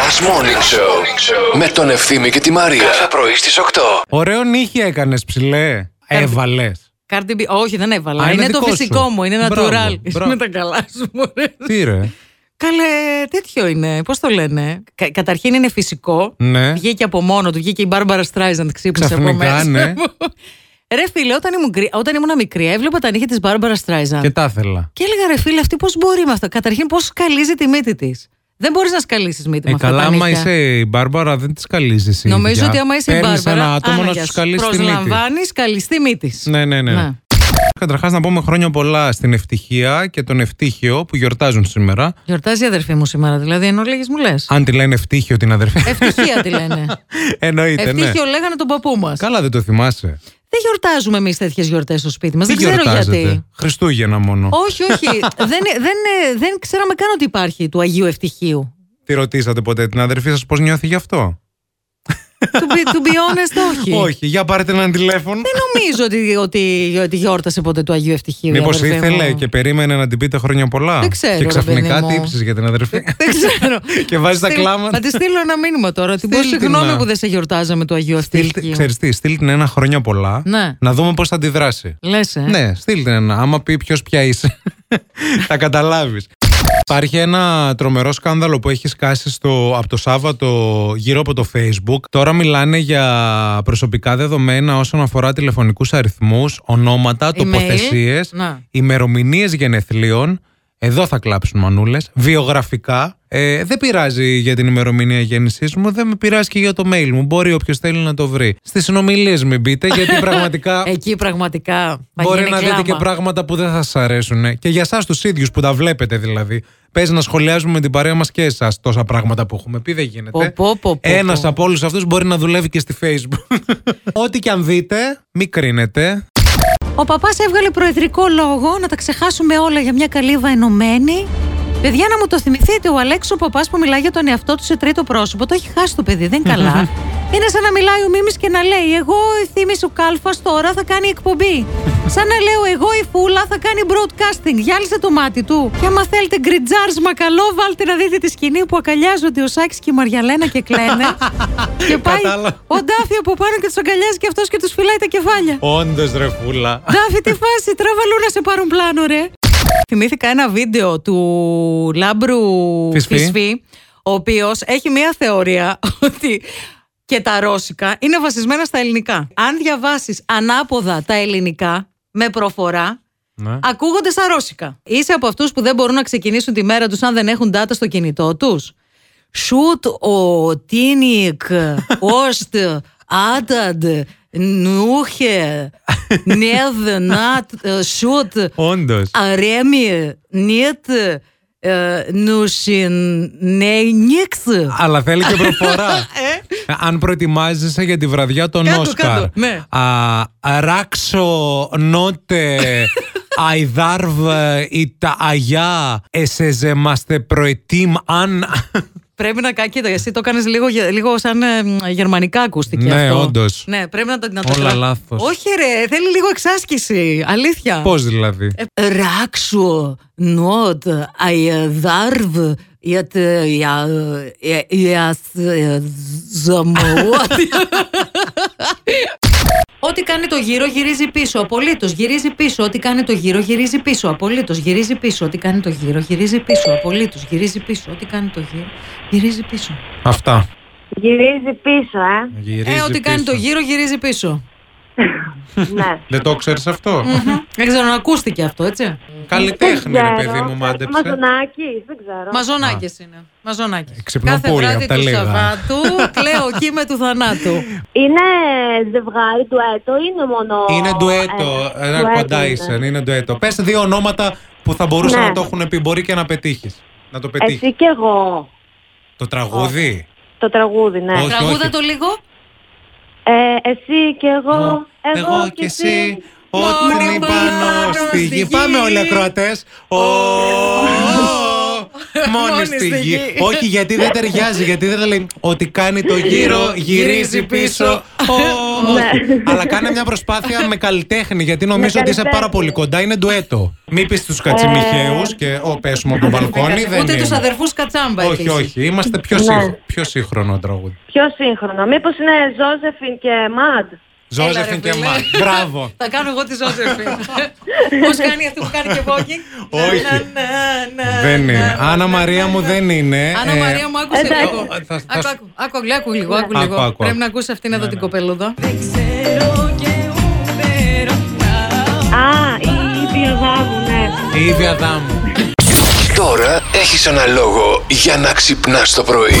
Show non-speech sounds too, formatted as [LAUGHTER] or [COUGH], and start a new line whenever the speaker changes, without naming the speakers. Last Morning Show με τον Ευθύμη και τη Μαρία. Κάθε πρωί στις 8.
Ωραίο νύχι έκανες, ψηλέ. Έβαλες.
Cardi B. Όχι, δεν έβαλα.
Α, είναι
είναι το
δικό σου.
φυσικό μου, είναι
Μπράβο,
natural.
μπράβο.
Με τα καλά σου, μωρέ.
Τι ρε.
Καλέ, τέτοιο είναι. Πώς το λένε. Κα- καταρχήν είναι φυσικό.
Ναι.
Βγήκε από μόνο του. Βγήκε η Μπάρμπαρα Στράιζαντ, ξύπνησε από
Ξαφνικά,
μέσα.
ναι.
μου. Ρε φίλε, όταν ήμουν, γκρι- όταν ήμουν μικρή, έβλεπα τα νύχια της Μπάρμπαρα Στράιζαντ.
Και τα ήθελα.
Και έλεγα, ρε φίλε, αυτή πώς μπορεί με αυτά. Καταρχήν, πώς σκαλίζει τη μύτη της. Δεν μπορείς να σκαλίσεις μύτη
Ε,
με αυτά.
καλά,
τα
άμα
νύχια.
είσαι η Μπάρμπαρα, δεν τη καλίζει εσύ.
Νομίζω
ίδια.
ότι άμα είσαι η
Παίρνεις
Μπάρμπαρα.
ένα άτομο να
άναγια
σου
σου.
καλύσει τη μύτη.
Προσλαμβάνεις καλυστή μύτη.
Ναι, ναι, ναι.
Να.
Καταρχάς, να πούμε χρόνια πολλά στην ευτυχία και τον ευτύχιο που γιορτάζουν σήμερα.
Γιορτάζει η αδερφή μου σήμερα, δηλαδή, ενώ λέγε μου λες.
Αν τη λένε ευτύχιο την αδερφή.
Ευτυχία τη λένε.
[LAUGHS] Εννοείται, ναι.
Ευτύχιο λέγανε τον παππού μας.
Καλά, δεν το θυμάσαι.
Δεν γιορτάζουμε εμείς τέτοιες γιορτές στο σπίτι μας. Δεν
Τι
ξέρω
γιορτάζετε.
γιατί.
Χριστούγεννα μόνο.
όχι,
[LAUGHS]
όχι. δεν, δεν, δεν ξέραμε καν ότι υπάρχει του Αγίου Ευτυχίου.
Τη ρωτήσατε ποτέ την αδερφή σας πώς νιώθει γι' αυτό.
to, be, to be honest, όχι.
[LAUGHS]
Ε,
Όχι, για πάρετε ένα τηλέφωνο.
Δεν νομίζω ότι, ότι, ότι γιόρτασε ποτέ του Αγίου Ευτυχίου. η
Μήπω
αδερφή
ήθελε
μου.
και περίμενε να την πείτε χρόνια πολλά.
Δεν ξέρω,
Και
ρε
ξαφνικά
παιδί μου.
τι ύψει για την αδερφή.
[LAUGHS] Δεν ξέρω.
[LAUGHS] Και βάζεις τα
Στείλ-
κλάματα.
Θα τη στείλω ένα μήνυμα τώρα. Ότι
Στείλ
πω
την, να.
συγγνώμη που δεν σε γιορτάζαμε του Αγίου Ευτυχίου.
Ξέρεις τι, στείλ την ένα χρόνια πολλά.
Ναι.
Να δούμε πώς θα αντιδράσει.
Λες, ε.
Ναι, στείλ την ένα. Άμα πει ποιος πια είσαι, [LAUGHS] θα καταλάβεις. Υπάρχει ένα τρομερό σκάνδαλο που έχει σκάσει στο, από το Σάββατο γύρω από το Facebook. Τώρα μιλάνε για προσωπικά δεδομένα όσον αφορά τηλεφωνικούς αριθμούς, ονόματα,
Email. ναι.
τοποθεσίες,
Να.
ημερομηνίες γενεθλίων. Εδώ θα κλάψουν μανούλες. Βιογραφικά. Ε, δεν πειράζει για την ημερομηνία γέννησής μου, δεν με πειράζει και για το mail μου. Μπορεί όποιος θέλει να το βρει. Στις συνομιλίες μην μπείτε,
[LAUGHS]
γιατί πραγματικά
Εκεί πραγματικά θα
Μπορεί
γίνει
να
κλάμα.
δείτε και πράγματα που δεν θα σας αρέσουν. Και για εσάς τους ίδιους που τα βλέπετε δηλαδή. Παίζει να σχολιάζουμε με την παρέα μας και εσάς τόσα πράγματα που έχουμε πει. Δεν γίνεται.
Πω, πω, πω, πω,
Ένας
πω.
από όλους αυτούς μπορεί να δουλεύει και στη Facebook. [LAUGHS] Ό,τι και αν δείτε, μην κρίνετε.
Ο παπάς έβγαλε προεδρικό λόγο να τα ξεχάσουμε όλα για μια καλύβα ενωμένη. Παιδιά, να μου το θυμηθείτε, ο Αλέξο Παπάς που μιλάει για τον εαυτό του σε τρίτο πρόσωπο, το έχει χάσει το παιδί, δεν είναι καλά. Είναι σαν να μιλάει ο Μίμης και να λέει: Εγώ η Θήμη ο Κάλφας τώρα θα κάνει εκπομπή. σαν να λέω: Εγώ η Φούλα θα κάνει broadcasting. Γυάλισε το μάτι του. Και άμα θέλετε γκριτζάρσμα καλό, βάλτε να δείτε τη σκηνή που αγκαλιάζονται ο Σάκης και η Μαριαλένα και κλαίνε. και πάει
Κατάλαβα.
ο Ντάφη από πάνω και τους αγκαλιάζει και αυτός και τους φυλάει τα κεφάλια.
Όντο ρε φούλα.
Ντάφη, τι φάση, τραβαλού να σε πάρουν πλάνο, ρε. Θυμήθηκα ένα βίντεο του Λάμπρου
Φυσφή.
Φυσφή, ο οποίος έχει μία θεωρία [LAUGHS] ότι και τα ρώσικα είναι βασισμένα στα ελληνικά. Αν διαβάσεις ανάποδα τα ελληνικά με προφορά,
Ναι.
ακούγονται σαν ρώσικα. Είσαι από αυτούς που δεν μπορούν να ξεκινήσουν τη μέρα τους αν δεν έχουν data στο κινητό τους. Σουτ ο τίνικ, οστ, άταντ, νούχε, νεδ, νατ, σουτ,
Όντως.
αρέμι, νιτ, ε, νουσινέινιξ.
Αλλά θέλει και
[LAUGHS]
προφορά. Ε, Αν προετοιμάζεσαι για τη βραδιά των
Κάτω,
Όσκαρ.
κάτω, ναι.
Α, Ράξο νότε αιδάρβ ή τα αγιά εσεζεμαστε προετοίμ αν.
Πρέπει να κα- κοίτα, εσύ το κάνεις λίγο, γε- λίγο σαν ε, μ, γερμανικά ακούστηκε
Ναι,
αυτό.
όντως.
Ναι, πρέπει να το. Να το
Όλα
κρα-
λάθος.
Όχι, ρε, θέλει λίγο εξάσκηση. Αλήθεια.
Πώς δηλαδή.
Ράξου, νότ, αϊδάρβ, ε, γιατί ε, Ό,τι κάνει το γύρο γυρίζει πίσω, απολύτως γυρίζει πίσω. Ό,τι κάνει το γύρο γυρίζει πίσω, απολύτως γυρίζει πίσω. Ό,τι κάνει το γύρο γυρίζει πίσω, απολύτως γυρίζει πίσω. Ό,τι κάνει το γύρο γυρίζει πίσω.
Αυτά.
Γυρίζει πίσω, ε.
Γυρίζει
Ε, ό,τι κάνει
πίσω.
το γύρο γυρίζει πίσω.
ναι.
Δεν το ξέρεις αυτό.
Δεν Ε, ξέρω αν ακούστηκε αυτό, έτσι.
Καλλιτέχνη ρε παιδί μου μάντεψε.
Μαζονάκι, δεν ξέρω.
Μαζονάκε είναι. Μαζονάκε.
Ε, Ξυπνώ
Κάθε
πολύ,
βράδυ
απ' τα
του
λίγα.
Σαββάτου κλαίω κύμε του
[LAUGHS]
θανάτου.
Είναι ζευγάρι, ντουέτο, είναι μόνο.
Είναι ντουέτο.
ε,
Ένα
ντουέτο
κοντά
είναι.
είσαι, είναι ντουέτο. Πες δύο ονόματα που θα μπορούσαν
Ναι.
να το έχουν πει. Μπορεί και να πετύχεις. Να το πετύχεις.
Εσύ και εγώ.
Το τραγούδι.
Το τραγούδι, ναι.
Όχι.
Τραγούδα το λίγο.
Ε, εσύ και εγώ.
Εγώ και εσύ,
Μόνο
ό,τι είναι
πάνω
πάνω στη
στη
γη.
γη.
[LAUGHS] Πάμε όλοι οι ακροατές. Ο, ο, ο, μόνη στη γη. [LAUGHS] Όχι, γιατί δεν ταιριάζει, γιατί δεν λέει ότι κάνει το γύρο, γυρίζει πίσω. Ω, όχι. Αλλά κάνε μια προσπάθεια με καλλιτέχνη, Ε. γιατί νομίζω ότι είσαι πάρα
καλλιτέχνη.
πολύ κοντά. Είναι ντουέτο. Μην πεις τους κατσιμιχαίους και ο πέσουμε από το μπαλκόνι. δεν
Ούτε
είναι.
του αδερφού Κατσάμπα.
Όχι,
επίσης.
όχι. Είμαστε πιο, σύγχρο- πιο σύγχρονο τραγούδι.
Πιο σύγχρονα. Μήπως είναι Ζώζεφιν και Μαντ.
Έλα,
Ζώζεφιν
ρε,
και
φίλε.
Μαρ. Μπράβο.
[LAUGHS] Θα κάνω εγώ τη Ζώζεφιν. [LAUGHS] Πώς κάνει αυτό που κάνει και walking.
Όχι.
Να, να, να,
Δεν
να,
είναι.
να,
Άννα
να,
Μαρία
να,
μου
να.
δεν είναι.
ναι, Άννα
Ε,
Μαρία μου, άκουσε
εντάξει.
λίγο.
Ε, θα- θα
Άκου,
σου-
άκου, άκου, λίγο, άκου λίγο, άκου
Άκου,
λίγο.
άκου, Ναι, άκου.
Πρέπει να ακούσει αυτήν εδώ την κοπελούδα.
Α, η ίδια δάμου, ναι.
Η ίδια δάμου.
Τώρα έχεις ένα λόγο για να ξυπνάς το πρωί.